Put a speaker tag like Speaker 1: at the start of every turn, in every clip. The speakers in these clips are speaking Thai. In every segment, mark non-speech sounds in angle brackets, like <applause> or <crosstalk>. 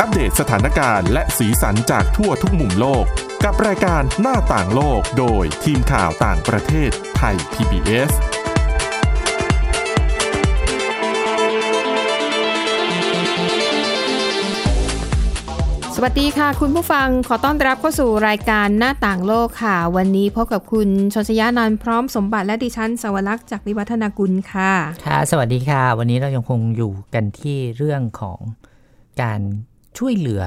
Speaker 1: อัปเดตสถานการณ์และสีสันจากทั่วทุกมุมโลก กับรายการหน้าต่างโลกโดยทีมข่าวต่างประเทศไทย PBS
Speaker 2: สวัสดีค่ะ คุณผู้ฟังขอต้อนรับเข้าสู่รายการหน้าต่างโลกค่ะ วันนี้พบกับคุณชนชยานันท์พร้อมสมบัติและดิฉันสวรักษ์จากวิวัฒนากุลค่ะ
Speaker 3: ค่ะ สวัสดีค่ะ วันนี้เรายังคงอยู่กันที่เรื่องของการช่วยเหลือ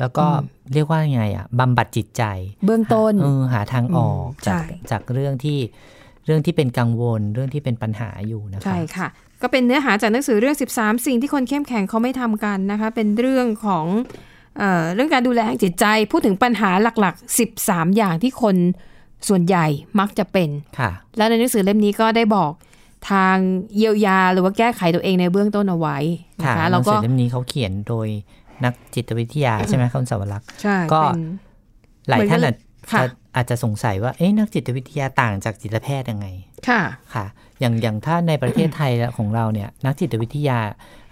Speaker 3: แล้วก็เรียกว่ายังไงอ่ะบำบัดจิตใจ
Speaker 2: เบื้องต้น
Speaker 3: เออหาทางออก
Speaker 2: ใช่
Speaker 3: จากจากเรื่องที่เรื่องที่เป็นกังวล เรื่องที่เป็นปัญหาอยู่นะคะ
Speaker 2: ใช่ค่ะ ก็เป็นเนื้อหาจากหนังสือเรื่อง 13 สิ่งที่คนเข้มแข็งเขาไม่ทำกันนะคะ เป็นเรื่องของเออเรื่องการดูแลทางจิตใจ พูดถึงปัญหาหลักๆ 13 อย่างที่คนส่วนใหญ่มักจะเป็น
Speaker 3: ค่ะ
Speaker 2: แล้วในหนังสือเล่มนี้ก็ได้บอกทางเยียวยาหรือว่าแก้ไขตัวเองในเบื้องต้นเอาไว้นะ
Speaker 3: ค่ะ
Speaker 2: คะ
Speaker 3: หนั
Speaker 2: แล้ว
Speaker 3: งสื
Speaker 2: ก็
Speaker 3: อเล่มนี้เขาเขียนโดยนักจิตวิทยาใช่ไหมคุณสาวรักษ์
Speaker 2: ใช่
Speaker 3: ก็
Speaker 2: เป็น
Speaker 3: หลายท่านอาจ
Speaker 2: ค่ะ
Speaker 3: จะอาจจะสงสัยว่าเอ๊ะนักจิตวิทยาต่างจากจิตแพทย์ยังไง
Speaker 2: ค่ะ
Speaker 3: ค่ะอย่างอย่างถ้าในประเทศไทยของเราเนี่ยนักจิตวิทยา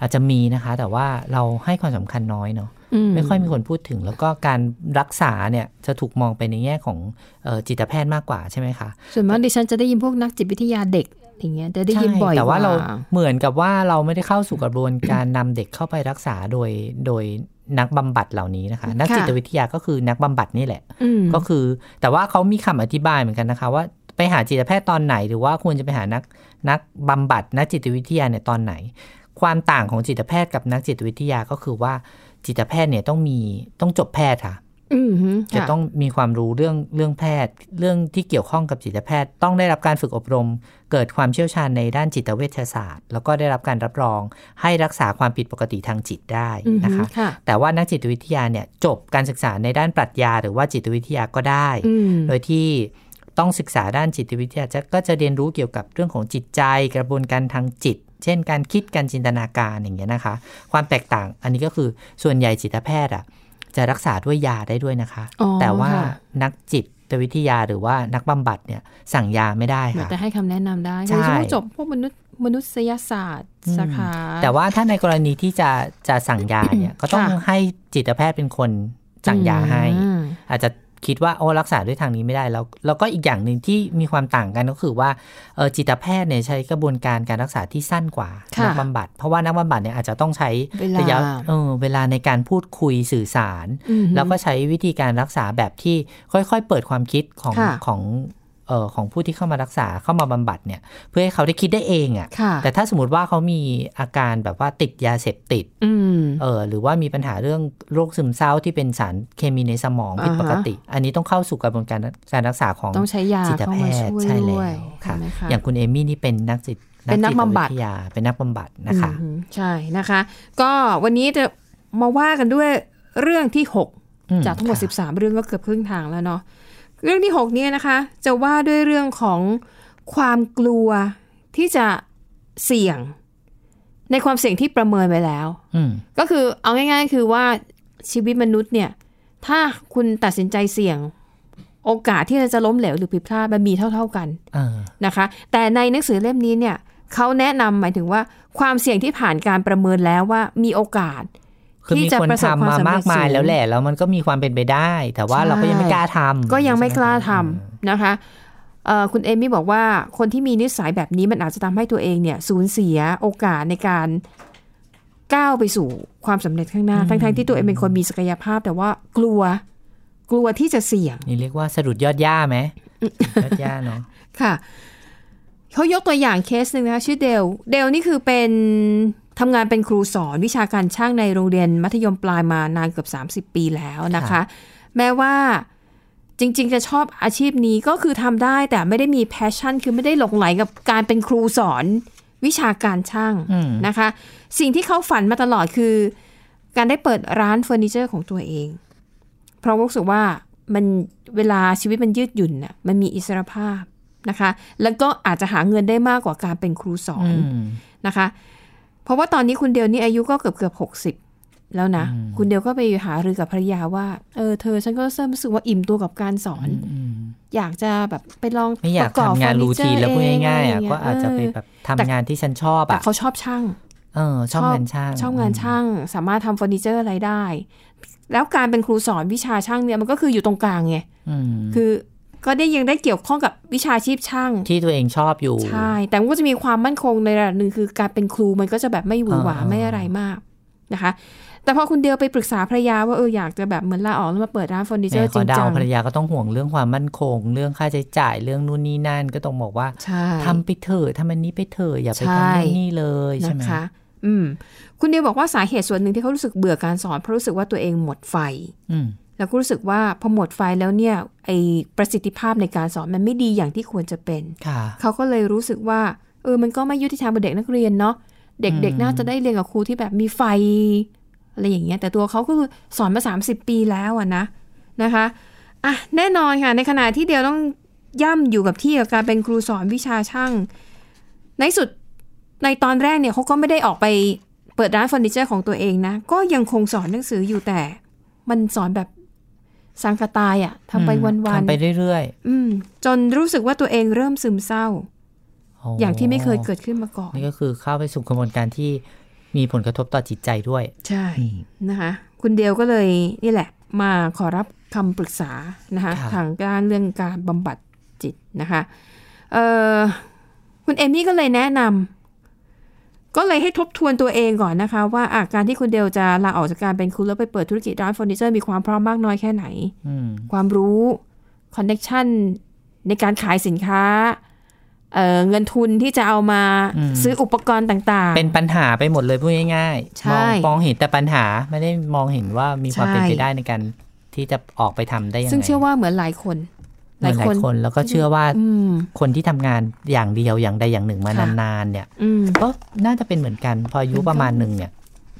Speaker 3: อาจจะมีนะคะ แต่ว่าเราให้ความสำคัญน้อยเนาะ
Speaker 2: อืม
Speaker 3: ไม่ค่อยมีคนพูดถึง แล้วก็การรักษาเนี่ยจะถูกมองไปในแง่ของเออจิตแพทย์มากกว่าใช่ไหมคะ
Speaker 2: ส่วนมากดิฉันจะได้ยินพวกนักจิตวิทยาเด็กอย่างเงี้ยจะได้ยิน
Speaker 3: ใช่
Speaker 2: บ่อย
Speaker 3: แต่ว่าเรา
Speaker 2: ก
Speaker 3: เหมือนกับว่าเราไม่ได้เข้าสู่กระบวนการนำเด็กเข้าไปรักษาโดยโดยนักบำบัดเหล่านี้นะคะ นัก
Speaker 2: ค่ะ
Speaker 3: จิตวิทยาก็คือนักบำบัดนี่แหละ
Speaker 2: อืม
Speaker 3: ก็คือแต่ว่าเขามีคำอธิบายเหมือนกันนะคะ ว่าไปหาจิตแพทย์ตอนไหน หรือว่าควรจะไปหานักนักบำบัดนักจิตวิทยาเนี่ยตอนไหน ความต่างของจิตแพทย์กับนักจิตวิทยาก็คือว่าจิตแพทย์เนี่ยต้องมีต้องจบแพทย์ค่ะ
Speaker 2: อืมฮึ
Speaker 3: จะ
Speaker 2: ค่
Speaker 3: ต้องมีความรู้เรื่องเรื่องแพทย์ เรื่องที่เกี่ยวข้องกับจิตแพทย์ ต้องได้รับการฝึกอบรม เกิดความเชี่ยวชาญในด้านจิตเวชศาสตร์ แล้วก็ได้รับการรับรอง ให้รักษาความผิดปกติทางจิตได้นะคะ
Speaker 2: อือหือค่ะ
Speaker 3: แต่ว่านักจิตวิทยาเนี่ยจบการศึกษาในด้านปรัชญา หรือว่าจิตวิทยาก็ได้
Speaker 2: อืม
Speaker 3: โดยที่ต้องศึกษาด้านจิตวิทยาจะก็จะเรียนรู้เกี่ยวกับเรื่องของจิตใจกระบวนการทางจิต เช่น การคิดการจินตนาการอย่างเงี้ยนะคะ ความแตกต่างอันนี้ก็คือส่วนใหญ่จิตแพทย์อ่ะจะรักษาด้วยยาได้ด้วยนะคะ
Speaker 2: อ๋อ
Speaker 3: แต่ว่า
Speaker 2: ค่ะ
Speaker 3: นักจิตวิทยาหรือว่านักบำบัดเนี่ยสั่งยาไม่ได้
Speaker 2: เหมือน
Speaker 3: ค่ะ
Speaker 2: จะให้คำแนะนำได้โด
Speaker 3: ใช่
Speaker 2: ยเฉพาะจบพวกมนุษย์มนุษยศาสตร์สาขา
Speaker 3: แต่ว่าถ้าในกรณีที่จะจะสั่งยาเนี่ย ก็ต้อง
Speaker 2: ค่ะ
Speaker 3: ให้จิตแพทย์เป็นคนสั่งยาให้
Speaker 2: อืม
Speaker 3: อาจจะคิดว่าโอ้รักษาด้วยทางนี้ไม่ได้แล้วแล้วก็อีกอย่างหนึ่งที่มีความต่างกันก็คือว่าเอ่อจิตแพทย์เนี่ยใช้กระบวนการการรักษาที่สั้นกว่า
Speaker 2: ค่ะ
Speaker 3: นับำบัด เพราะว่านักบำบัดเนี่ยอาจจะต้องใช้
Speaker 2: เวลา
Speaker 3: ระยะเออเวลาในการพูดคุยสื่อสาร
Speaker 2: อืม
Speaker 3: แล้วก็ใช้วิธีการรักษาแบบที่ค่อยๆ เปิดความคิดของ
Speaker 2: ค่ะ
Speaker 3: ของเอ่อของผู้ที่เข้ามารักษาเข้ามาบำบัดเนี่ยเพื่อให้เขาได้คิดได้เองอ่ะ
Speaker 2: ค่ะ
Speaker 3: แต่ถ้าสมมติว่าเขามีอาการแบบว่าติดยาเสพติด
Speaker 2: อืม
Speaker 3: เออหรือว่ามีปัญหาเรื่องโรคซึมเศร้าที่เป็นสารเคมีในสมองผิด
Speaker 2: อ่าฮะ
Speaker 3: ปกติ อันนี้ต้องเข้าสู่กระบวนการการรักษาของ
Speaker 2: ต้องใช้ยา
Speaker 3: จิต
Speaker 2: เข้า
Speaker 3: แพ
Speaker 2: มา
Speaker 3: ท
Speaker 2: ช่
Speaker 3: ย์
Speaker 2: วย
Speaker 3: ใช่
Speaker 2: ด้
Speaker 3: แล้ว วย ค่ะ
Speaker 2: ใช่ไหมคะ
Speaker 3: อย่างคุณเอมี่นี่เป็นนักจิต
Speaker 2: เป็นนัก
Speaker 3: จิต
Speaker 2: บำบัด
Speaker 3: วิทยาเป็นนักบำบัดนะคะ
Speaker 2: อืมใช่นะคะ ก็วันนี้จะมาว่ากันด้วยเรื่องที่
Speaker 3: อืม
Speaker 2: 6 จากทั้งหมด
Speaker 3: ค่ะ
Speaker 2: 13 เรื่องก็เกือบครึ่งทางแล้วเนาะเรื่องที่ 6 เนี่ยนะคะ จะว่าด้วยเรื่องของความกลัวที่จะเสี่ยง ในความเสี่ยงที่ประเมินไว้แล้ว
Speaker 3: อืม
Speaker 2: ก็คือเอาง่ายๆ คือว่าชีวิตมนุษย์เนี่ย ถ้าคุณตัดสินใจเสี่ยง โอกาสที่จะล้มเหลวหรือผิดพลาดมันมีเท่า ๆกัน
Speaker 3: เออ
Speaker 2: นะคะแต่ในหนังสือเล่มนี้เนี่ยเขาแนะนำหมายถึงว่าความเสี่ยงที่ผ่านการประเมินแล้วว่ามีโอกาส
Speaker 3: คือ
Speaker 2: ที่
Speaker 3: มี
Speaker 2: จะ
Speaker 3: คน
Speaker 2: ประสบ
Speaker 3: ทำ
Speaker 2: ความสำเร็จ
Speaker 3: มามากมาย
Speaker 2: สูง
Speaker 3: แล้วแหละแล้วมันก็มีความเป็นไปได้ แต่ว่า
Speaker 2: ใช่
Speaker 3: เราก็ยังไม่กล้าทำ
Speaker 2: ก็ยังไม่กล้าทำ
Speaker 3: อืม
Speaker 2: นะคะเอ่อคุณเอมี่บอกว่าคนที่มีนิสัยแบบนี้มันอาจจะทำให้ตัวเองเนี่ยสูญเสียโอกาสในการก้าวไปสู่ความสำเร็จข้างหน้าทั้งๆที่ตัวเองเป็นคนมีศักยภาพ แต่ว่ากลัวกลัวที่จะเสี่ยง
Speaker 3: นี่เรียกว่าสะดุดยอดย่าไหมยอดย่าเนาะ
Speaker 2: ค่ะเขายกตัวอย่างเคสหนึ่งนะคะชื่อเดล เดลนี่คือเป็นทำงานเป็นครูสอนวิชาการช่างในโรงเรียนมัธยมปลายมานานเกือบ 30 ปีแล้วนะคะ
Speaker 3: ค่ะ
Speaker 2: แม้ว่าจริงๆจะชอบอาชีพนี้ก็คือทำได้แต่ไม่ได้มีแพชชั่น คือไม่ได้หลงไหลกับการเป็นครูสอนวิชาการช่างนะคะ สิ่งที่เขาฝันมาตลอดคือ การได้เปิดร้านเฟอร์นิเจอร์ของตัวเอง เพราะว่ารู้สึกว่ามันเวลาชีวิตมันยืดหยุ่นน่ะมันมีอิสรภาพนะคะ แล้วก็อาจจะหาเงินได้มากกว่าการเป็นครูสอน
Speaker 3: อืม
Speaker 2: นะคะ เพราะว่าตอนนี้คุณเดียวนี่อายุก็เกือบเกือบหกสิบแล้วนะ คุณเดียวก็ไปหารือกับภรรยาว่าเออเธอฉันก็เริ่มรู้สึกว่าอิ่มตัวกับการสอน อยากจะแบบไปลอง
Speaker 3: ไม่อยาก
Speaker 2: ประบ
Speaker 3: ทำงาน
Speaker 2: เฟอ
Speaker 3: รู
Speaker 2: เจ
Speaker 3: ทีนแล้วพูดง่ายๆ
Speaker 2: เงไร
Speaker 3: อ่ะ
Speaker 2: เงี้
Speaker 3: ก็อาจจะไป
Speaker 2: เ
Speaker 3: แบบ
Speaker 2: แต่
Speaker 3: ทำงานที่ฉันชอบ
Speaker 2: แต่
Speaker 3: อ่ะ
Speaker 2: เขาชอบช่าง
Speaker 3: เ เออชอบงานช่าง
Speaker 2: ชอบงานช่างสามารถทำเฟอร์นิเจอร์อะไรได้ แล้วการเป็นครูสอนวิชาช่างเนี่ยมันก็คืออยู่ตรงกลางไง
Speaker 3: อืม
Speaker 2: คือก็ได้ยังได้เกี่ยวข้องกับวิชาชีพช่าง
Speaker 3: ที่ตัวเองชอบอยู่
Speaker 2: ใช่ แต่มันก็จะมีความมั่นคงในระดับหนึ่งคือการเป็นครูมันก็จะแบบไม่หวือหวา
Speaker 3: อ่า
Speaker 2: ไม่อะไรมากนะคะ แต่พอคุณเดียวไปปรึกษาภรรยาว่าเอออยากจะแบบเหมือนลาออกแล้วมาเปิดร้านเฟอร์นิ
Speaker 3: แห
Speaker 2: เจอ
Speaker 3: ม่
Speaker 2: ร์
Speaker 3: ข
Speaker 2: จ
Speaker 3: อ
Speaker 2: ริง
Speaker 3: เดา
Speaker 2: จัง
Speaker 3: ภรรยาก็ต้องห่วงเรื่องความมั่นคง เรื่องค่าใช้จ่ายเรื่องนู่นนี่นั่นก็ต้องบอกว่า
Speaker 2: ใช่
Speaker 3: ทำไปเถอะทำอันนี้ไปเถอะอย่าไป
Speaker 2: ใช่
Speaker 3: ทำนู่นนี่เลยใช่ไหม
Speaker 2: นะคะอืมคุณเดียวบอกว่าสาเหตุส่วนหนึ่งที่เขารู้สึกเบื่อการสอนเพราะรู้สึกว่าตัวเองหมดไฟ
Speaker 3: อืม
Speaker 2: แล้วก็รู้สึกว่าพอหมดไฟแล้วเนี่ยไอประสิทธิภาพในการสอนมันไม่ดีอย่างที่ควรจะเป็น
Speaker 3: ค่ะ
Speaker 2: เขาก็เลยรู้สึกว่าเออมันก็ไม่ยุติธรรมกับเด็กนักเรียนเนาะเด็ก
Speaker 3: อืม
Speaker 2: ๆน่าจะได้เรียนกับครูที่แบบมีไฟอะไรอย่างเงี้ยแต่ตัวเขาก็คือสอนมา 30 ปีแล้วอะนะนะคะอ่ะแน่นอนค่ะในขณะที่เดียวต้องย่ำอยู่กับที่กับการเป็นครูสอนวิชาช่าง ในสุดในตอนแรกเนี่ยเขาก็ไม่ได้ออกไปเปิดร้านเฟอร์นิเจอร์ของตัวเองนะ ก็ยังคงสอนหนังสืออยู่แต่ มันสอนแบบสังกตายอะทำไป
Speaker 3: อืม
Speaker 2: วันๆ
Speaker 3: ทำไปเรื่อย
Speaker 2: อืมจนรู้สึกว่าตัวเองเริ่มซึมเศร้า
Speaker 3: ๆโ
Speaker 2: อย่างที่ไม่เคยเกิดขึ้นมาก่อน
Speaker 3: นี่ก็คือเข้าไปสู่กระบวนการที่มีผลกระทบต่อจิตใจด้วย
Speaker 2: ใช่นะคะคุณเดียวก็เลยนี่แหละ มาขอรับคำปรึกษานะคะ
Speaker 3: ครับ
Speaker 2: ทางด้านเรื่องการบำบัดจิตนะคะเอ่อคุณเอมี่ก็เลยแนะนำก็เลยให้ทบทวนตัวเองก่อนนะคะ ว่าอาการที่คุณเดียวจะลาออกจากการเป็นครูแล้วไปเปิดธุรกิจร้านเฟอร์นิเจอร์มีความพร้อมมากน้อยแค่ไหน
Speaker 3: อืม
Speaker 2: ความรู้คอนเน็ชันในการขายสินค้าเอ่อเงินทุนที่จะเอามาซื้ออุปกรณ์ต่างๆ
Speaker 3: เป็นปัญหาไปหมดเลยพูดง่าย
Speaker 2: ใช่
Speaker 3: ๆมองมองเห็นแต่ปัญหาไม่ได้มองเห็นว่ามีความ
Speaker 2: ใช่
Speaker 3: เป็นไปได้ในการที่จะออกไปทำได้ยังไง
Speaker 2: ซึ่งเชื่อว่าเหมือนหลายคน
Speaker 3: เหมือนหลายคนแล้วก็เชื่อว่า
Speaker 2: อืม
Speaker 3: คนที่ทำงานอย่างเดียวอย่างใดอย่างหนึ่งมา
Speaker 2: ค่ะ
Speaker 3: นานๆเนี่ย
Speaker 2: อืม
Speaker 3: ก็น่าจะเป็นเหมือนกันพออายุประมาณหนึ่งเนี่ย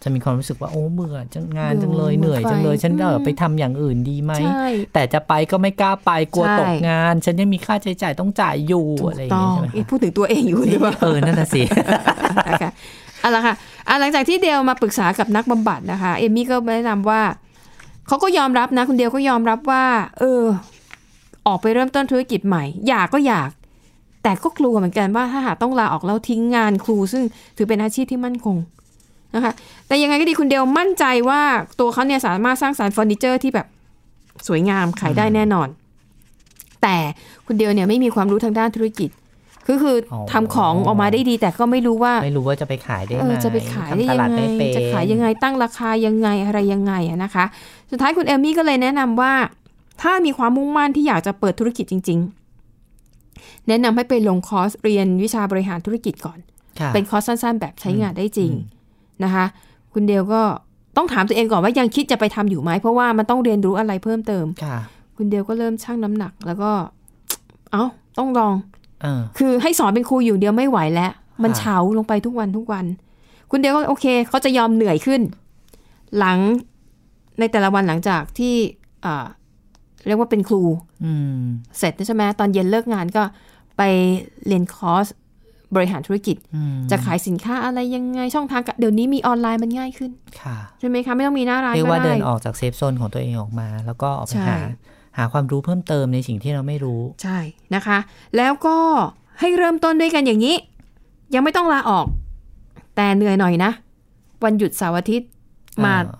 Speaker 3: จะมีความรู้สึกว่าโอ้เบื่อจังงานจังเลย
Speaker 2: เบื่
Speaker 3: เห
Speaker 2: อ
Speaker 3: นื่อยจังเลย
Speaker 2: หมดไฟ
Speaker 3: ฉันเออไปทำอย่างอื่นดีไหม
Speaker 2: ใช่
Speaker 3: แต่จะไปก็ไม่กล้าไปกลัว
Speaker 2: ใช่
Speaker 3: ตกงาน ฉันยังมีค่าใช้จ่ายต้องจ่ายอยู่
Speaker 2: ถู
Speaker 3: อะไร
Speaker 2: ก
Speaker 3: อย่าง
Speaker 2: ต้อ
Speaker 3: เงี้
Speaker 2: ง
Speaker 3: ยใช่ไหม
Speaker 2: เอ๊ะพูดถึงตัวเองอยู่หรือเปล่า
Speaker 3: เออนั่นน่ะ
Speaker 2: <laughs>
Speaker 3: สิ
Speaker 2: นะคะเอาละค่ะอ่ะ หลังจากที่เดลมาปรึกษากับนักบำบัดนะคะ เอมมี่ก็แนะนำว่า เขาก็ยอมรับนะ คุณเดลก็ยอมรับว่า เออ ออกไปเริ่มต้นธุรกิจใหม่ อยากก็อยาก แต่ก็กลัวเหมือนกันว่าถ้าหากต้องลาออกแล้วทิ้งงานครูซึ่งถือเป็นอาชีพที่มั่นคงนะคะ แต่ยังไงก็ดีคุณเดลมั่นใจว่าตัวเขาเนี่ยสามารถสร้างสารรค์เฟอร์นิเจอร์ที่แบบสวยงามขายได้แน่นอน แต่คุณเดลเนี่ยไม่มีความรู้ทางด้านธุรกิจ คือคือ
Speaker 3: อ๋อ
Speaker 2: ทำของออกมาได้ดี แต่ก็ไม่รู้ว่า
Speaker 3: ไม่รู้ว่าจะไปขายได้
Speaker 2: เอ
Speaker 3: ไหม
Speaker 2: อจะไปขายได้
Speaker 3: ทำต
Speaker 2: ยั
Speaker 3: ลาง ด
Speaker 2: ไง
Speaker 3: ม่เป็น
Speaker 2: จะขายยังไงตั้งราคายังไงอะไรยังไงอะนะคะ สุดท้ายคุณเอมมี่ก็เลยแนะนำว่า ถ้ามีความมุ่งมั่นที่อยากจะเปิดธุรกิจจริง ๆ แนะนำให้ไปลงคอร์สเรียนวิชาบริหารธุรกิจก่อน
Speaker 3: ค่ะ
Speaker 2: เป็นคอร์สสั้นๆ แบบใช้งานได้จริง
Speaker 3: อืม
Speaker 2: นะคะ คุณเดลก็ต้องถามตัวเองก่อนว่ายังคิดจะไปทำอยู่ไหมเพราะว่ามันต้องเรียนรู้อะไรเพิ่มเติม
Speaker 3: ค่ะ
Speaker 2: คุณเดลก็เริ่มชั่งน้ำหนัก แล้วก็ เอ้าต้องลอง
Speaker 3: เออ
Speaker 2: คือให้สอนเป็นครูอยู่เดียวไม่ไหวแล้ว มัน
Speaker 3: ค่ะ
Speaker 2: เฉาลงไปทุกวันทุกวัน คุณเดียวก็โอเคเขาจะยอมเหนื่อยขึ้น หลังในแต่ละวันหลังจากที่เอ่อเรียกว่าเป็นครู
Speaker 3: อืม
Speaker 2: เสร็จแล้วใช่ไหมตอนเย็นเลิกงานก็ไปเรียนคอร์สบริหารธุรกิจ
Speaker 3: อืม
Speaker 2: จะขายสินค้าอะไรยังไงช่องทางการเดี๋ยวนี้มีออนไลน์มันง่ายขึ้น
Speaker 3: ค่ะ
Speaker 2: ใช่ไหมคะ ไม่ต้องมีหน้าร้าน
Speaker 3: เรียก
Speaker 2: ก็
Speaker 3: ว่าเดิ
Speaker 2: ได้
Speaker 3: นออกจากเซฟโซนของตัวเองออกมา แล้วก็ออกไป
Speaker 2: ใช่
Speaker 3: หาหาความรู้เพิ่มเติมในสิ่งที่เราไม่รู้
Speaker 2: ใช่นะคะ แล้วก็ให้เริ่มต้นด้วยกันอย่างนี้ ยังไม่ต้องลาออก แต่เหนื่อยหน่อยนะ วันหยุดเสาร์อาทิตย์มา
Speaker 3: อ่า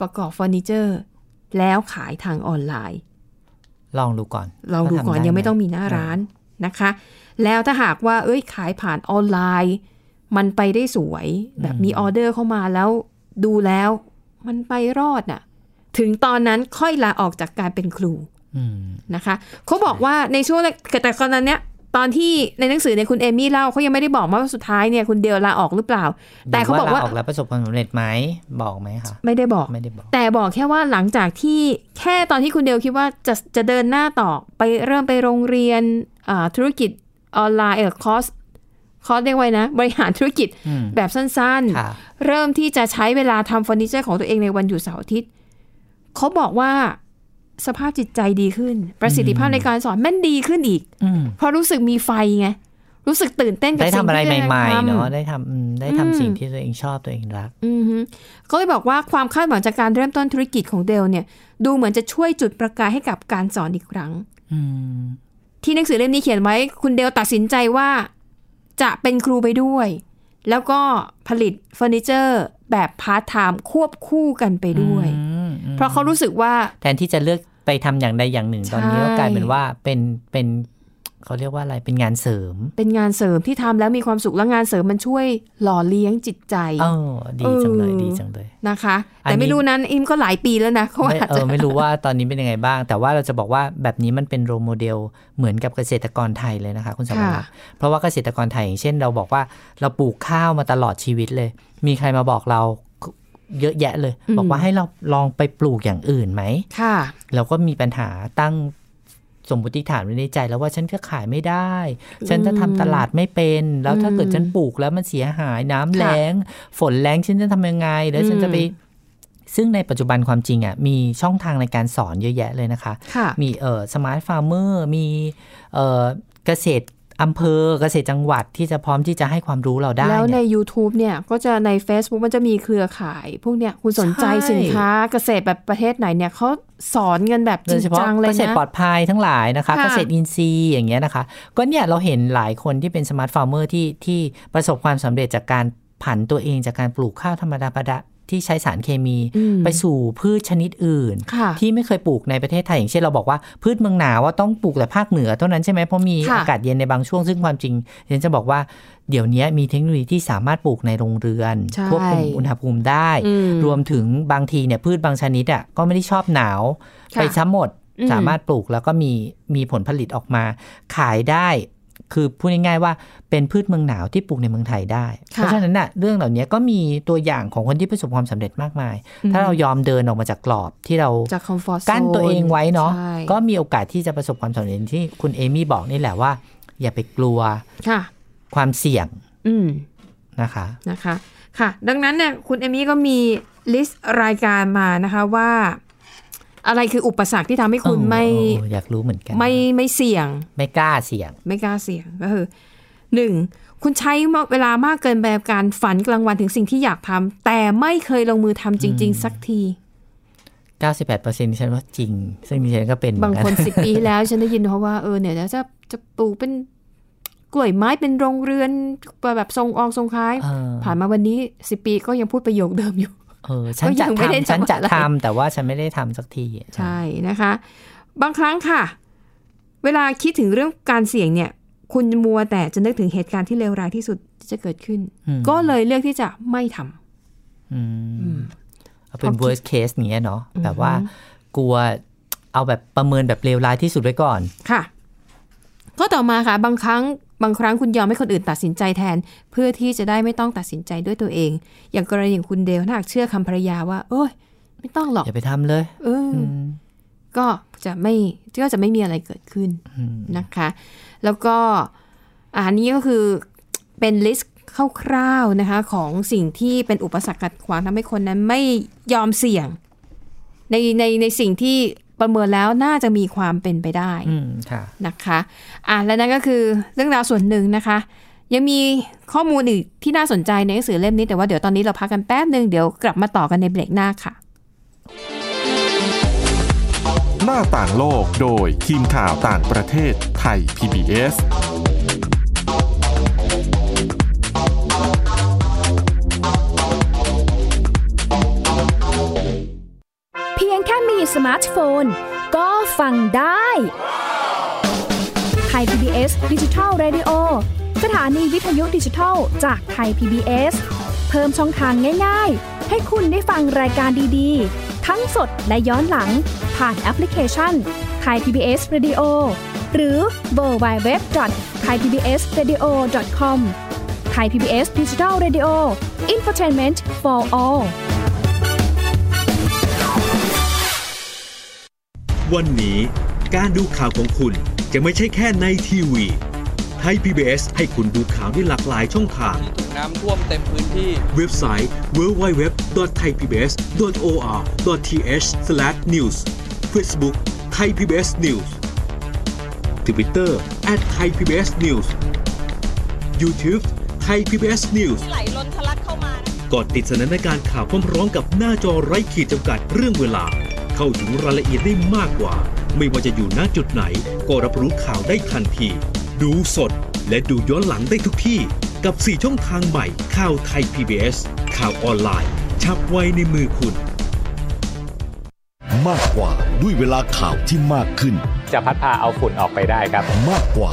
Speaker 2: ประกอบเฟอร์นิเจอร์ แล้วขายทางออนไลน์
Speaker 3: ลองดูก่อน
Speaker 2: เราดูก่อน
Speaker 3: ว่าทำด้
Speaker 2: ยังไม่
Speaker 3: ห
Speaker 2: ต้องมีหน้าร้านนะคะ แล้วถ้าหากว่า เอ้ยขายผ่านออนไลน์ มันไปได้สวย แบบมีออเดอร์เข้ามาแล้วดูแล้วมันไปรอดน่ะ ถึงตอนนั้นค่อยลาออกจากการเป็นครู
Speaker 3: อืม
Speaker 2: นะคะเขาบอกว่าในช่วงแรกแต่ตอนนั้นเนี่ยตอนที่ในหนังสือเนี่ยคุณเอมี่เล่าเขายังไม่ได้บอกว่าสุดท้ายเนี่ยคุณเดลลาออกหรือเปล่า แต่เขาบอกว่า
Speaker 3: หรืลออกแล้วประสบความสำเร็จไหมบอกไหมคะ
Speaker 2: ไม่ได้บอก
Speaker 3: ไม่ได้บอก
Speaker 2: แต่บอกแค่ว่าหลังจากที่แค่ตอนที่คุณเดลคิดว่าจะจะเดินหน้าต่อไปเริ่มไปโรงเรียนอ่าธุรกิจออนไลน์เออคอร์สคอร์สเรียกไว้นะ บริหารธุรกิจ
Speaker 3: อืม
Speaker 2: แบบสั้นๆ
Speaker 3: ค่ะ
Speaker 2: เริ่มที่จะใช้เวลาทำเฟอร์นิเจอร์ของตัวเองในวันหยุดเสาร์อาทิตย์เขาบอกว่าสภาพจิตใจดีขึ้น ประสิทธิภาพในการสอนแม่นดีขึ้นอีก
Speaker 3: อืม
Speaker 2: เพราะรู้สึกมีไฟไง รู้สึกตื่นเต้นกับ
Speaker 3: ได้ทำ
Speaker 2: สิ่ง
Speaker 3: อะไร
Speaker 2: ที่ตัวเอง
Speaker 3: ใหม่ๆ
Speaker 2: ทำ
Speaker 3: เนาะได้ทำอืมได้
Speaker 2: อื
Speaker 3: ทำ
Speaker 2: ม
Speaker 3: สิ่งที่ตัวเองชอบตัวเองรัก
Speaker 2: อือฮึก็เลยบอกว่าความคาดหวังจากการเริ่มต้นธุรกิจของเดลเนี่ย ดูเหมือนจะช่วยจุดประกายให้กับการสอนอีกครั้ง
Speaker 3: อืม
Speaker 2: ที่หนังสือเล่มนี้เขียนไว้ คุณเดลตัดสินใจว่าจะเป็นครูไปด้วย แล้วก็ผลิตเฟอร์นิเจอร์แบบพาร์ทไทม์ควบคู่กันไปด้วย
Speaker 3: อืมอืม
Speaker 2: เพราะเขารู้สึกว่า
Speaker 3: แทนที่จะเลือกไปทำอย่างใดอย่างหนึ่ง ตอนนี้
Speaker 2: ใช่
Speaker 3: ก็กลายเป็นว่าเป็นเป็นเขาเรียกว่าอะไรเป็นงานเสริม
Speaker 2: เป็นงานเสริมที่ทำแล้วมีความสุขและงานเสริมมันช่วยหล่อเลี้ยงจิตใจ
Speaker 3: เออ ดีจังเลย
Speaker 2: เออ
Speaker 3: ดีจังเลย
Speaker 2: นะคะ
Speaker 3: อันนี้
Speaker 2: แต่ไม่รู้นั้นอิมก็หลายปีแล้วนะเขา
Speaker 3: ไม่
Speaker 2: อาจ
Speaker 3: เอ
Speaker 2: จะ
Speaker 3: อไม่รู้ว่าตอนนี้เป็นยังไงบ้าง แต่ว่าเราจะบอกว่าแบบนี้มันเป็นโรลโมเดลเหมือนกับเกษตรกรไทยเลยนะคะคุณสมรักษ์เพราะว่าเกษตรกรไทยอย่างเช่นเราบอกว่าเราปลูกข้าวมาตลอดชีวิตเลย มีใครมาบอกเราเยอะแยะเลย บอกว่าให้เราลองไปปลูกอย่างอื่นไหม
Speaker 2: ค่ะ
Speaker 3: เราก็มีปัญหาตั้งสมมติฐานไว้ในใจแล้วว่าฉันก็ขายไม่ได้ ฉันจะทำตลาดไม่เป็น แล้วถ้าเกิดฉันปลูกแล้วมันเสียหายน้ำแล้ง ฝนแล้งฉันจะทำยังไง แล้วฉันจะไป ซึ่งในปัจจุบันความจริงอ่ะมีช่องทางในการสอนเยอะแยะเลยนะคะ
Speaker 2: ค่ะ
Speaker 3: มีเอ่อสมาร์ทฟาร์มเมอร์มีเอ่อเกษตรอำเภอเกษตรจังหวัดที่จะพร้อมที่จะให้ความรู้เราได้
Speaker 2: แล้วใน
Speaker 3: เนี่ย
Speaker 2: YouTube เนี่ยก็จะใน Facebook มันจะมีเครือข่าย พวกเนี้ยคุณสนใจ
Speaker 3: ใช่
Speaker 2: สินค้าเกษตรแบบประเทศไหนเนี่ยเขาสอนกันแบบจ
Speaker 3: โด
Speaker 2: ริ
Speaker 3: ย
Speaker 2: ง
Speaker 3: เฉพาะ
Speaker 2: จังเลย
Speaker 3: เกษตร
Speaker 2: นะ
Speaker 3: ปลอดภัยทั้งหลายนะคะ
Speaker 2: ค่ะ
Speaker 3: เกษตรอินทรีย์อย่างเงี้ยนะคะ ก็เนี่ยเราเห็นหลายคนที่เป็นสมาร์ทฟาร์มเมอร์ที่ที่ประสบความสำเร็จจากการผันตัวเองจากการปลูกข้าวธรรมดาประดะที่ใช้สารเคมี
Speaker 2: อืม
Speaker 3: ไปสู่พืชชนิดอื่น
Speaker 2: ค่ะ
Speaker 3: ที่ไม่เคยปลูกในประเทศไทย อย่างเช่นเราบอกว่าพืชเมืองหนาวว่าต้องปลูกแต่ภาคเหนือเท่านั้นใช่ไหมเพราะมี
Speaker 2: ค่ะ
Speaker 3: อากาศเย็นในบางช่วงซึ่งความจริงเรนจะบอกว่าเดี๋ยวนี้มีเทคโนโลยีที่สามารถปลูกในโรงเรือน
Speaker 2: ใช่
Speaker 3: ควบคุมอุณหภูมิได้
Speaker 2: อืม
Speaker 3: รวมถึงบางทีเนี่ยพืชบางชนิดอ่ะก็ไม่ได้ชอบหนาว
Speaker 2: ค่ะ
Speaker 3: ไปช้ำหมด
Speaker 2: อืม
Speaker 3: สามารถปลูกแล้วก็มีมีผลผลิตออกมา ขายได้ คือพูดง่ายๆว่าเป็นพืชเมืองหนาวที่ปลูกในเมืองไทยได้ เพราะฉะนั้นน่ะเรื่องเหล่านี้ก็มีตัวอย่างของคนที่ประสบความสำเร็จมากมาย ถ้าเรายอมเดินออกมาจากกรอบที่เรา
Speaker 2: จากคอมฟอร์ต
Speaker 3: กั้นตัวเองไว้เนาะ
Speaker 2: ก็
Speaker 3: ก็มีโอกาสที่จะประสบความสำเร็จที่คุณเอมี่บอกนี่แหละว่า อย่าไปกลัว
Speaker 2: ค่ะ
Speaker 3: ความเสี่ยง
Speaker 2: อืม
Speaker 3: นะคะ
Speaker 2: นะคะค่ะดังนั้นเนี่ยคุณเอมี่ก็มีลิสต์รายการมานะคะว่า อะไรคืออุปสรรคที่ทำให้คุณ
Speaker 3: เออ
Speaker 2: ไม่
Speaker 3: เอออยากรู้เหมือนกัน
Speaker 2: ไม่ไม่เสี่ยง
Speaker 3: ไม่กล้าเสี่ยง
Speaker 2: ไม่กล้าเสี่ยงก็คือหนึ่งคุณใช้เวลามากเกินไปกับการฝันกลางวันถึงสิ่งที่อยากทำแต่ไม่เคยลงมือทำจริง ๆ สักที
Speaker 3: 98%ดิฉันว่าจริง ซึ่งดิฉันก็เป็นเหมื
Speaker 2: บาง
Speaker 3: อ
Speaker 2: <laughs>
Speaker 3: กั
Speaker 2: คนสิบปีที่แล้วฉันได้ยินเขาว่าเออเนี่ยเดี๋ยวจะจะปลูกเป็นกล้วยไม้เป็นโรงเรือนแบบทรงอองทรงคล้าย
Speaker 3: เออ
Speaker 2: ผ่านมาวันนี้สิบปีก็ยังพูดประโยคเดิมอยู่
Speaker 3: เออฉัน
Speaker 2: ก็
Speaker 3: จะ
Speaker 2: ยังไม่ได้
Speaker 3: ทำฉัน
Speaker 2: ทำ
Speaker 3: จะ
Speaker 2: อะไร
Speaker 3: ทำแต่ว่าฉันไม่ได้ทำสักที
Speaker 2: ใช่นะคะ บางครั้งค่ะ เวลาคิดถึงเรื่องการเสี่ยงเนี่ย คุณมัวแต่จะนึกถึงเหตุการณ์ที่เลวร้ายที่สุดที่จะเกิดขึ้น ก็เลยเลือกที่จะไม่ทำ
Speaker 3: อืม
Speaker 2: อืม
Speaker 3: เอาเป็น
Speaker 2: พอคิด
Speaker 3: worst case อย่างเนี้ยเนาะแบบว่ากลัวเอาแบบประเมินแบบเลวร้ายที่สุดไว้ก่อน
Speaker 2: ค่ะก็ต่อมาค่ะ บางครั้งบางครั้งคุณยอมให้คนอื่นตัดสินใจแทน เพื่อที่จะได้ไม่ต้องตัดสินใจด้วยตัวเอง อย่างกรณีของคุณเดลถ้าหากเชื่อคำภรรยาว่า โอ้ยไม่ต้องหรอก
Speaker 3: อย่าไปทำเลย
Speaker 2: เอออก็จะไม่ก็จะไม่มีอะไรเกิดขึ้นนะคะ แล้วก็อะอันนี้ก็คือเป็นลิสต์คร่าวๆนะคะ ของสิ่งที่เป็นอุปสรรคกัดขวางทำให้คนนั้นไม่ยอมเสี่ยง ในในในสิ่งที่ประเมินแล้วน่าจะมีความเป็นไปได้
Speaker 3: อืมค่ะ
Speaker 2: นะคะอ่ะและนั่นก็คือเรื่องราวส่วนหนึ่งนะคะ ยังมีข้อมูลอีกที่น่าสนใจในหนังสือเล่มนี้ แต่ว่าเดี๋ยวตอนนี้เราพักกันแป๊บหนึ่งเดี๋ยวกลับมาต่อกันในเบรกหน้าค่ะ
Speaker 1: หน้าต่างโลกโดยทีมข่าวต่างประเทศไทย PBS
Speaker 4: เพียงแค่มีสมาร์ทโฟน ก็ฟังได้ไทย PBS ดิจิทัล Radio สถานีวิทยุดิจิทัลจากไทย PBS เพิ่มช่องทางง่ายๆ ให้คุณได้ฟังรายการดีๆ ทั้งสดและย้อนหลัง ผ่านแอปพลิเคชันไทย PBS Radio หรือเวอร์บายเว็บไทยพีบีเอสเรดิโอคอมไทยพีบีเอสดิจิทัลเรดิโออินฟอร์ทนเมนต์ for all
Speaker 5: วันนี้การดูข่าวของคุณจะไม่ใช่แค่ในทีวีไทย PBS ให้คุณดูข่าวได้หลากหลายช่องทาง
Speaker 6: ที่ถูกน้ำท่วมเต็มพื้นที่
Speaker 5: เว็บไซต์ www.thaipbs.or.th/news Facebook Thai PBS News Twitter @thaipbsnews YouTube Thai PBS News
Speaker 7: ไหลล้นทะลักเข้ามา
Speaker 5: กดติดสนันในการข่าวพร้อมๆกับหน้าจอไร้ขีดจำกัดเรื่องเวลา เข้าถึงรายละเอียดได้มากกว่า ไม่ว่าจะอยู่ณจุดไหน ก็รับรู้ข่าวได้ทันที ดูสดและดูย้อนหลังได้ทุกที่ กับ 4 ช่องทางใหม่ข่าวไทย PBS ข่าวออนไลน์ ชับไว้ในมือคุณ
Speaker 7: มากกว่าด้วยเวลาข่าวที่มากขึ้น
Speaker 8: จะพัดพาเอาฝุ่นออกไปได้ครับ
Speaker 7: มากกว่า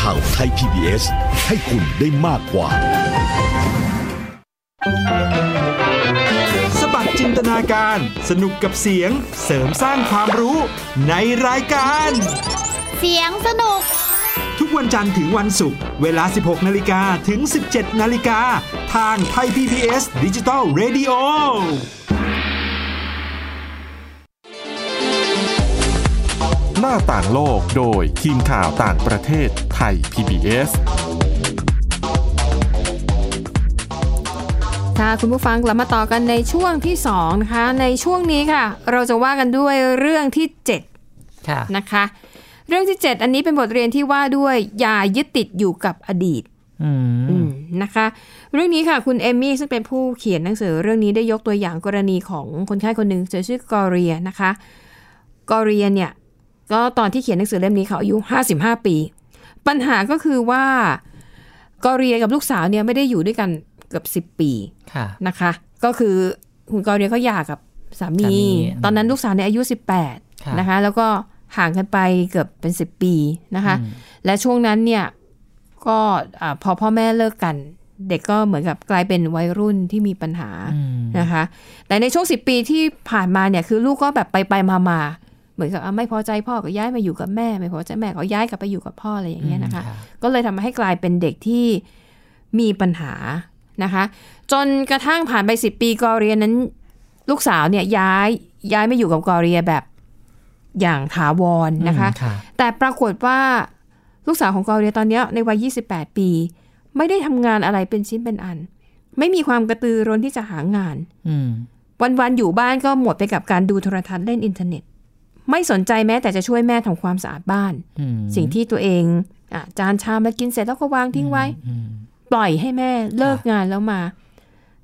Speaker 7: ข่าวไทย PBS ให้คุณได้มากกว่า
Speaker 9: สบัดจินตนาการ สนุกกับเสียง เสริมสร้างความรู้ในรายการ
Speaker 10: เสียงสนุก
Speaker 9: ทุกวันจันทร์ถึงวันศุกร์เวลา 16 นาฬิกาถึง 17 นาฬิกา ทางไทย PPS ดิจิตอล Radio
Speaker 1: หน้าต่างโลกโดยทีมข่าวต่างประเทศไทย PBS
Speaker 2: ค่ะคุณผู้ฟังกลับมาต่อกันในช่วงที่สองนะคะ ในช่วงนี้ค่ะ เราจะว่ากันด้วยเรื่องที่เจ็ด
Speaker 3: ค่ะ
Speaker 2: นะคะเรื่องที่ 7 อันนี้เป็นบทเรียนที่ว่าด้วยอย่ายึดติดอยู่กับอดีต
Speaker 3: อื
Speaker 2: อื
Speaker 3: ม
Speaker 2: มนะคะเรื่องนี้ค่ะคุณเอมมี่ซึ่งเป็นผู้เขียนหนังสือเรื่องนี้ได้ยกตัวอย่างกรณีของคนไข้คนหนึ่งเธอชื่อกอเรียนะคะกอเรียเนี่ยก็ตอนที่เขียนหนังสือเล่มนี้เขาอายุ 55 ปี ปัญหาก็คือว่ากอเรียกับลูกสาวเนี่ยไม่ได้อยู่ด้วยกันเกือบ10 ปี
Speaker 3: ค่ะ
Speaker 2: นะคะ ก็คือคุณกอเรียก็หย่ากับสามี
Speaker 3: สามี
Speaker 2: ตอนนั้นลูกสาวเนี่ยอายุ
Speaker 3: ค่ะ
Speaker 2: 18 นะคะ แล้วก็ห่างกันไปเกือบเป็น 10 ปีนะคะ และช่วงนั้นเนี่ยก็อ่าพอพ่อแม่เลิกกัน เด็กก็เหมือนกับกลายเป็นวัยรุ่นที่มีปัญหา
Speaker 3: อืม
Speaker 2: นะคะ แต่ในช่วง 10 ปีที่ผ่านมาเนี่ยคือลูกก็แบบไปไปมามาเหมือนกับอ่ะไม่พอใจพ่อก็ย้ายมาอยู่กับแม่ ไม่พอใจแม่ก็ย้ายกลับไปอยู่กับพ่ออะไรอย่างเงี้ยนะคะ ก็เลยทำให้กลายเป็นเด็กที่มีปัญหานะคะ จนกระทั่งผ่านไป 10 ปีกอเรียนั้น ลูกสาวเนี่ยย้ายย้ายมาอยู่กับกอเรียแบบอย่างถาวรนะคะ
Speaker 3: อืมค่ะ
Speaker 2: แต่ปรากฏว่าลูกสาวของกอเรียตอนเนี้ยในวัย 28 ปี ไม่ได้ทำงานอะไรเป็นชิ้นเป็นอัน ไม่มีความกระตือร้นที่จะหางาน
Speaker 3: อืม
Speaker 2: วันๆอยู่บ้านก็หมดไปกับการดูโทรทัศน์เล่นอินเทอร์เน็ต ไม่สนใจแม้แต่จะช่วยแม่ทำความสะอาดบ้าน
Speaker 3: อืม
Speaker 2: สิ่งที่ตัวเองอะจานชามมากินเสร็จแล้วก็วางทิ้งไว้
Speaker 3: อืม
Speaker 2: ปล่อยให้แม่เลิกงานแล้วมา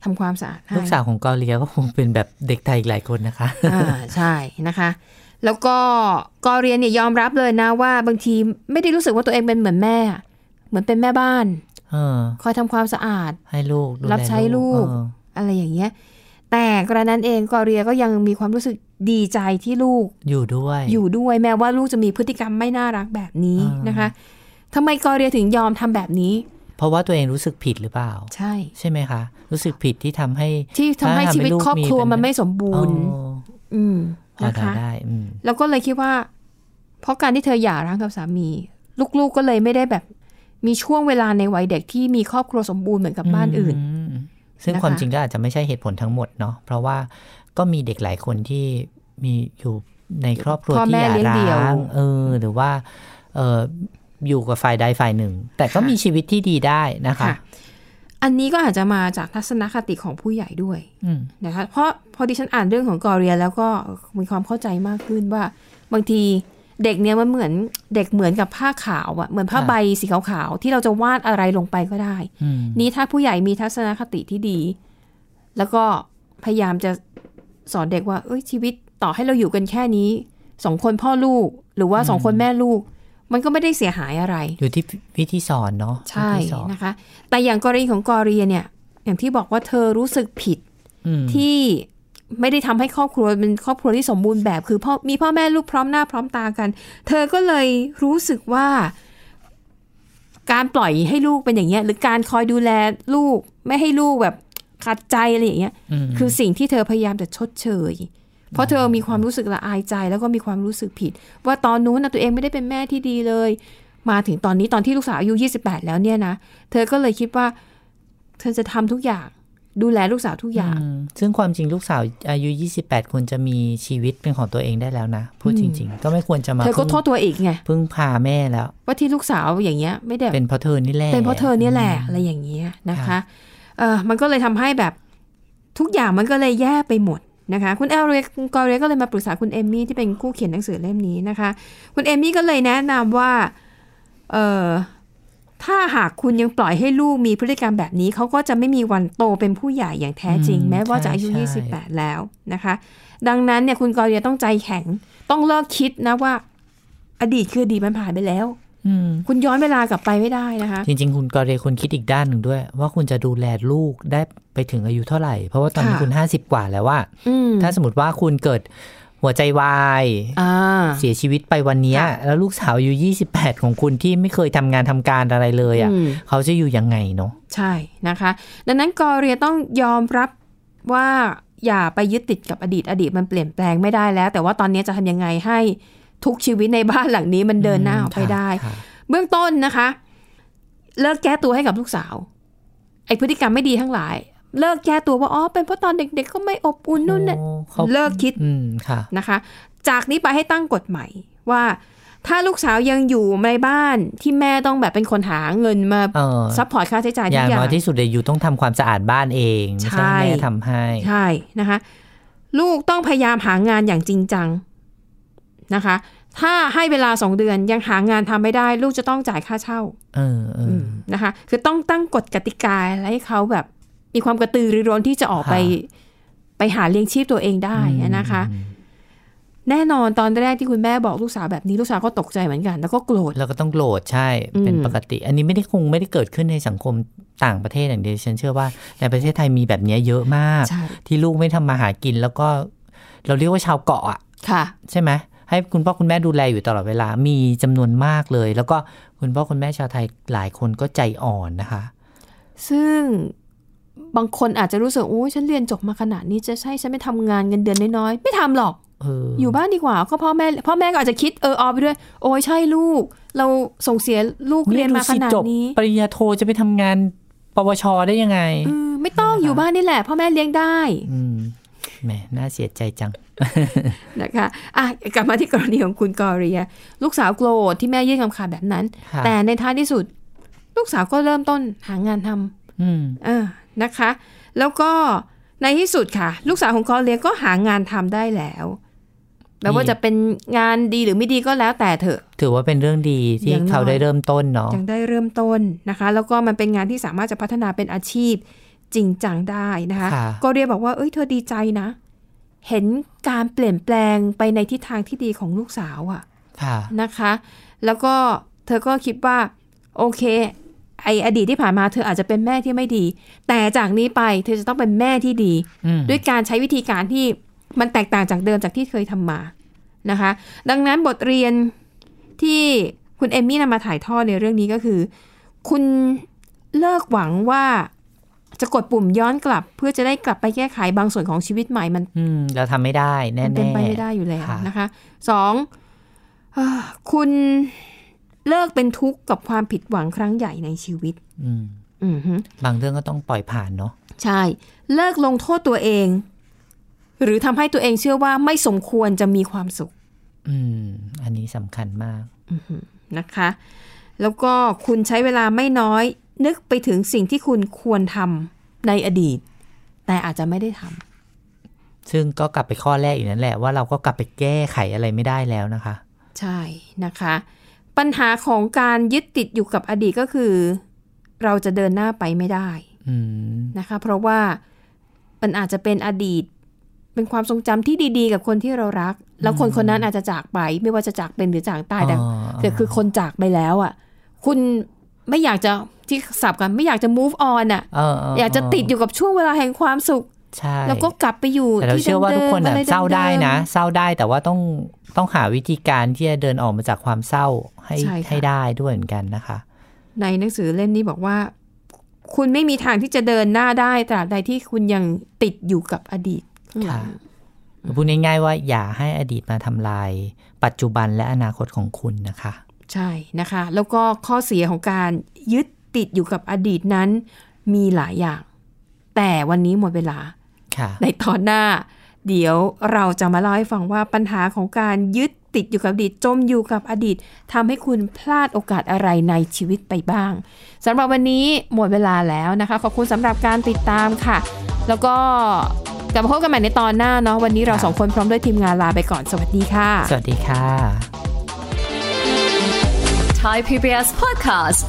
Speaker 2: ทำความสะอาดให้
Speaker 3: ลูกสาวของเกาหลีก็คงเป็นแบบเด็กไทยอีกหลายคนนะคะ
Speaker 2: อ่าใช่นะคะ แล้วก็กอเรียนเนี่ยยอมรับเลยนะว่าบางทีไม่ได้รู้สึกว่าตัวเองเป็นเหมือนแม่ เหมือนเป็นแม่บ้าน
Speaker 3: เออ
Speaker 2: คอยทำความสะอาด
Speaker 3: ให้ลูกดูแล
Speaker 2: รับใช้ลูก
Speaker 3: เออ
Speaker 2: อะไรอย่างเงี้ย แต่กระนั้นเองกอเรียก็ยังมีความรู้สึกดีใจที่ลูก
Speaker 3: อยู่ด้วย
Speaker 2: อยู่ด้วยแม้ว่าลูกจะมีพฤติกรรมไม่น่ารักแบบนี้นะคะทำไมกอเรียถึงยอมทำแบบนี้
Speaker 3: เพราะว่าตัวเองรู้สึกผิดหรือเปล่า
Speaker 2: ใช่
Speaker 3: ใช่ไหมคะ รู้สึกผิดที่ทำให้
Speaker 2: ที่ทำให้ชีวิตครอบครัวมันไม่สมบูรณ์
Speaker 3: อ๋อ
Speaker 2: อืม
Speaker 3: พอ
Speaker 2: นะคะ
Speaker 3: ทำได้อืม
Speaker 2: แล้วก็เลยคิดว่า เพราะการที่เธอหย่าร้างกับสามี ลูกๆก็เลยไม่ได้แบบ มีช่วงเวลาในวัยเด็กที่มีครอบครัวสมบูรณ์เหมือนกับบ้านอื่น
Speaker 3: มซึ่ง
Speaker 2: นะคะ
Speaker 3: ความจริงก็อาจจะไม่ใช่เหตุผลทั้งหมดเนาะเพราะว่าก็มีเด็กหลายคนที่มีอยู่ในครอบครัว
Speaker 2: พ่อ
Speaker 3: ที่
Speaker 2: แม่
Speaker 3: หย่า
Speaker 2: เลี้ยงเดี่ยว
Speaker 3: ร้างเออหรือว่าเอออยู่กับฝ่ายใดฝ่ายหนึ่ง แต่ก็
Speaker 2: ค่ะ
Speaker 3: มีชีวิตที่ดีได้นะคะ
Speaker 2: ค่ะ อันนี้ก็อาจจะมาจากทัศนคติของผู้ใหญ่ด้วย
Speaker 3: อืม
Speaker 2: นะคะเพราะพอดิฉันอ่านเรื่องของกอเรียแล้วก็มีความเข้าใจมากขึ้นว่า บางทีเด็กเนี่ยมันเหมือนเด็กเหมือนกับผ้าขาวอะเหมือนผ้าใบสีขาวๆที่เราจะวาดอะไรลงไปก็ได้
Speaker 3: อืม
Speaker 2: นี้ถ้าผู้ใหญ่มีทัศนคติที่ดี แล้วก็พยายามจะสอนเด็กว่า เอ้ยชีวิตต่อให้เราอยู่กันแค่นี้สองคนพ่อลูกหรือว่าสองคนแม่ลูก มันก็ไม่ได้เสียหายอะไร
Speaker 3: อยู่ที่วิธีสอนเนาะ
Speaker 2: ใช่
Speaker 3: วิธีสอน
Speaker 2: นะคะ แต่อย่างกรณีของกอเรียเนี่ย อย่างที่บอกว่าเธอรู้สึกผิด
Speaker 3: อืม
Speaker 2: ที่ไม่ได้ทำให้ครอบครัวเป็นครอบครัวที่สมบูรณ์แบบคือพ่อมีพ่อแม่ลูกพร้อมหน้าพร้อมตากัน เธอก็เลยรู้สึกว่า การปล่อยให้ลูกเป็นอย่างเงี้ย หรือการคอยดูแลลูกไม่ให้ลูกแบบขัดใจอะไรอย่างเงี้ย
Speaker 3: ม
Speaker 2: คือสิ่งที่เธอพยายามจะชดเชย เพราะเธอมีความรู้สึกละอายใจ แล้วก็มีความรู้สึกผิด ว่าตอนนู้นนะตัวเองไม่ได้เป็นแม่ที่ดีเลย มาถึงตอนนี้ตอนที่ลูกสาวอายุ 28 แล้วเนี่ยนะ เธอก็เลยคิดว่า เธอจะทำทุกอย่าง ดูแลลูกสาวทุกอย่าง
Speaker 3: มซึ่งความจริงลูกสาวอายุ 28ควรจะมีชีวิตเป็นของตัวเองได้แล้วนะพูดจริง ๆ ก็ไม่ควรจะมา
Speaker 2: เธอก็โทษตัวเองไง
Speaker 3: พึ่งพาแม่แล้ว
Speaker 2: ว่าที่ลูกสาวอย่างเงี้ย ไม่ได้
Speaker 3: เป็นเพราะเธอนี่แหละ
Speaker 2: เป็นเพราะเธอเนี่ยแหละอะไรอย่างเงี้ยนะคะ
Speaker 3: ค่ะ
Speaker 2: เออมันก็เลยทำให้แบบ ทุกอย่างมันก็เลยแย่ไปหมดนะคะ คุณแอลเรกอเรก็เลยมาปรึกษาคุณเอมมี่ที่เป็นคู่เขียนหนังสือเล่มนี้นะคะ คุณเอมมี่ก็เลยแนะนำว่าเออถ้าหากคุณยังปล่อยให้ลูกมีพฤติกรรมแบบนี้ เขาก็จะไม่มีวันโตเป็นผู้ใหญ่อย่างแท้จริง
Speaker 3: อืม
Speaker 2: แม้ว่าจะอายุ
Speaker 3: ใช่ใช่
Speaker 2: 28 แล้วนะคะ ดังนั้นเนี่ยคุณกอเรต้องใจแข็ง ต้องเลิกคิดนะว่า อดีตคืออดีตมันผ่านไปแล้ว
Speaker 3: อืม
Speaker 2: คุณย้อนเวลากลับไปไม่ได้นะคะ
Speaker 3: จริง ๆ คุณกอเรคุณคิดอีกด้านหนึ่งด้วย ว่าคุณจะดูแลลูกได้ไปถึงอายุเท่าไหร่ เพราะว่าตอนนี้
Speaker 2: ค่ะ
Speaker 3: คุณ 50 กว่าแล้วว่า
Speaker 2: อืม
Speaker 3: ถ้าสมมติว่าคุณเกิดหัวใจวาย
Speaker 2: อ่า
Speaker 3: เสียชีวิตไปวันเนี้ย แล้วลูกสาวอายู่ 28 ของคุณที่ไม่เคยทำงานทำการอะไรเลยอะ่ะ
Speaker 2: อืม
Speaker 3: เขาจะอยู่ยังไงเนาะ
Speaker 2: ใช่นะคะ ดังนั้นกอเรียต้องยอมรับว่าอย่าไปยึดติดกับอดีตอดีตมันเปลี่ยนแปลงไม่ได้แล้ว แต่ว่าตอนนี้จะทำยังไงให้ทุกชีวิตในบ้านหลังนี้มันเดินหน้าออกไปได้
Speaker 3: ค่ะ
Speaker 2: เบื้องต้นนะคะ เลิกแก้ตัวให้กับลูกสาวไอพฤติกรรมไม่ดีทั้งหลาย เลิกแก้ตัวว่าอ๋อเป็นเพราะตอนเด็กๆก็ไม่อบอุ่นนู่นนั่น
Speaker 3: โอ้เขา
Speaker 2: เลิกคิด
Speaker 3: อืมค่ะ
Speaker 2: นะคะจากนี้ไปให้ตั้งกฎใหม่ว่าถ้าลูกสาวยังอยู่ในบ้านที่แม่ต้องแบบเป็นคนหาเงินมา
Speaker 3: เออ
Speaker 2: ซัพพอร์ตค่าใช้จ่าย
Speaker 3: อ
Speaker 2: ทุ
Speaker 3: ย่าก ง
Speaker 2: อย่า
Speaker 3: น้อง ยที่สุดเลยอยู่ต้องทำความสะอาดบ้านเองไม่
Speaker 2: ใช่
Speaker 3: ใช่ให้แม่ทำให้
Speaker 2: ใช่นะคะลูกต้องพยายามหางานอย่างจริงจังนะคะ ถ้าให้เวลาสองเดือนยังหางานทำไม่ได้ ลูกจะต้องจ่ายค่าเช่า
Speaker 3: เออเอออ
Speaker 2: นะคะ คือต้องตั้งกฎกติกาให้เขาแบบมีความกระตือรือร้นที่จะออกไป
Speaker 3: ค่
Speaker 2: ไปหาเลี้ยงชีพตัวเองได้นะคะ แน่นอนตอนแรกที่คุณแม่บอกลูกสาวแบบนี้ลูกสาวก็ตกใจเหมือนกัน แล้วก็โกรธ
Speaker 3: แล้วก็ต้องโหลดใช่
Speaker 2: อืม
Speaker 3: เป็นปกติ อันนี้ไม่ได้คงไม่ได้เกิดขึ้นในสังคมต่างประเทศอย่างเดียวฉันเชื่อว่าในประเทศไทยมีแบบเนี้ยเยอะมาก
Speaker 2: ใช่
Speaker 3: ที่ลูกไม่ทำมาหากินแล้วก็ เราเรียกว่าชาวเกาะอะ
Speaker 2: ค่ะ
Speaker 3: ใช่ไหมให้คุณพ่อคุณแม่ดูแลอยู่ตลอดเวลามีจำนวนมากเลย แล้วก็คุณพ่อคุณแม่ชาวไทยหลายคนก็ใจอ่อนนะคะ
Speaker 2: ซึ่งบางคนอาจจะรู้สึกโอ้ยฉันเรียนจบมาขนาดนี้จะใช่ฉันไม่ทำงานเงินเดือนน้อยๆไม่ทำหรอก
Speaker 3: เออ
Speaker 2: อ
Speaker 3: อ
Speaker 2: ยู่บ้านดีกว่าก็พ่อแม่พ่อแม่ก็อาจจะคิดเออออไปด้วย โอ้ยใช่ลูก เราส่งเสียลูกเรียนมาขนาดนี้
Speaker 3: ปริญญาโทจะไปทำงานปวชได้ยังไง
Speaker 2: เออไม่ต้องอยู่บ้านนี่แหละพ่อแม่เลี้ยงได้
Speaker 3: อืมแหมน่าเสียใจจัง
Speaker 2: นะคะอ่ะกลับมาที่กรณีของคุณกอเรีย ลูกสาวโกรธที่แม่ยื่นคำขาดแบบนั้น
Speaker 3: ค่ะ
Speaker 2: แต่ในท้ายที่สุด ลูกสาวก็เริ่มต้นหางานทำ
Speaker 3: อืม
Speaker 2: เออนะคะ แล้วก็ในที่สุดค่ะ ลูกสาวของกอเลียก็หางานทำได้แล้วแม้ว่า
Speaker 3: ดี
Speaker 2: จะเป็นงานดีหรือไม่ดีก็แล้วแต่เถอะ
Speaker 3: ถือว่าเป็นเรื่องดีที่
Speaker 2: อย่างน้อย
Speaker 3: เขาได้เริ่มต้นเนาะ
Speaker 2: ยังได้เริ่มต้นนะคะ แล้วก็มันเป็นงานที่สามารถจะพัฒนาเป็นอาชีพจริงจังได้นะคะ
Speaker 3: ค่ะ
Speaker 2: กอเลียบอกว่าเอ้ยเธอดีใจนะ เห็นการเปลี่ยนแปลงไปในทิศทางที่ดีของลูกสาวอะ
Speaker 3: ค่ะ
Speaker 2: นะคะ แล้วก็เธอก็คิดว่า โอเค ไออดีตที่ผ่านมาเธออาจจะเป็นแม่ที่ไม่ดี แต่จากนี้ไปเธอจะต้องเป็นแม่ที่ดี
Speaker 3: อืม
Speaker 2: ด้วยการใช้วิธีการที่มันแตกต่างจากเดิมจากที่เคยทำมานะคะ ดังนั้นบทเรียนที่คุณเอมมี่นำมาถ่ายทอดในเรื่องนี้ก็คือ คุณเลิกหวังว่าจะกดปุ่มย้อนกลับ เพื่อจะได้กลับไปแก้ไขบางส่วนของชีวิตใหม่มัน
Speaker 3: อืมเราทำไม่ได้แน่
Speaker 2: มัน
Speaker 3: ๆ
Speaker 2: เป็นไปไม่ได้อยู่แล้ว
Speaker 3: ค่ะ
Speaker 2: นะคะสองเอ่อคุณเลิกเป็นทุกข์กับความผิดหวังครั้งใหญ่ในชีวิต
Speaker 3: อืม
Speaker 2: อือฮึ
Speaker 3: บางเรื่องก็ต้องปล่อยผ่านเนาะ
Speaker 2: ใช่ เลิกลงโทษตัวเอง หรือทำให้ตัวเองเชื่อว่าไม่สมควรจะมีความสุข
Speaker 3: อืม อันนี้สำคัญมาก
Speaker 2: นะคะ แล้วก็คุณใช้เวลาไม่น้อย นึกไปถึงสิ่งที่คุณควรทำในอดีต แต่อาจจะไม่ได้ท
Speaker 3: ซึ่งก็กลับไปข้อแรกอีกนั่นแหละว่าเราก็กลับไปแก้ไขอะไรไม่ได้แล้วนะคะ
Speaker 2: ำใช่นะคะ ปัญหาของการยึดติดอยู่กับอดีตก็คือ เราจะเดินหน้าไปไม่ได้
Speaker 3: อืม
Speaker 2: นะคะเพราะว่ามันอาจจะเป็นอดีต เป็นความทรงจำที่ดีๆ กับคนที่เรารัก แล้วคนคนนั้นอาจจะจากไป ไม่ว่าจะจากเป็นหรือจากตายแต่
Speaker 3: อ๋อ
Speaker 2: แต่คือคนจากไปแล้วอ่ะ คุณไม่อยากจะที่สับกันไม่อยากจะ move on อ่ะ
Speaker 3: เออเ
Speaker 2: อยากจะติดอยู่กับช่วงเวลาแห่งความสุข
Speaker 3: ใช่
Speaker 2: แล้วก็กลับไปอยู่
Speaker 3: แต่เรา
Speaker 2: ที่
Speaker 3: เชื่อว่าทุกคน
Speaker 2: ดิ
Speaker 3: อะ
Speaker 2: มๆอ
Speaker 3: เศร้าได้นะ
Speaker 2: เม
Speaker 3: เศร้าได้แต่ว่าต้องต้องหาวิธีการที่จะเดินออกมาจากความเศร้าให้
Speaker 2: ใช่ค่ะ
Speaker 3: ให้ได้ด้วยเหมือนกันนะคะ
Speaker 2: ๆในหนังสือเล่มนี้บอกว่า คุณไม่มีทางที่จะเดินหน้าได้ตราบใดที่คุณยังติดอยู่กับอดีตข้างหลัง
Speaker 3: ค่ะ พูดง่ายๆว่าอย่าให้อดีตมาทำลาย ปัจจุบันและอนาคตของคุณนะคะ
Speaker 2: ใช่นะคะ แล้วก็ข้อเสียของการยึดติดอยู่กับอดีตนั้นมีหลายอย่าง แต่วันนี้หมดเวลา
Speaker 3: ค่ะ
Speaker 2: ในตอนหน้า เดี๋ยวเราจะมาเล่าให้ฟังว่าปัญหาของการยึด ติดอยู่กับอดีตจมอยู่กับอดีตทำให้คุณพลาดโอกาสอะไรในชีวิตไปบ้างสำหรับวันนี้หมดเวลาแล้วนะคะ ขอบคุณสำหรับการติดตามค่ะ แล้วก็กลับมาพบกันใหม่ในตอนหน้าเนาะวันนี้เราสองคนพร้อมด้วยทีมงานลาไปก่อนสวัสดีค่ะ
Speaker 3: สวัสดีค่ะ
Speaker 4: Thai PBS podcast.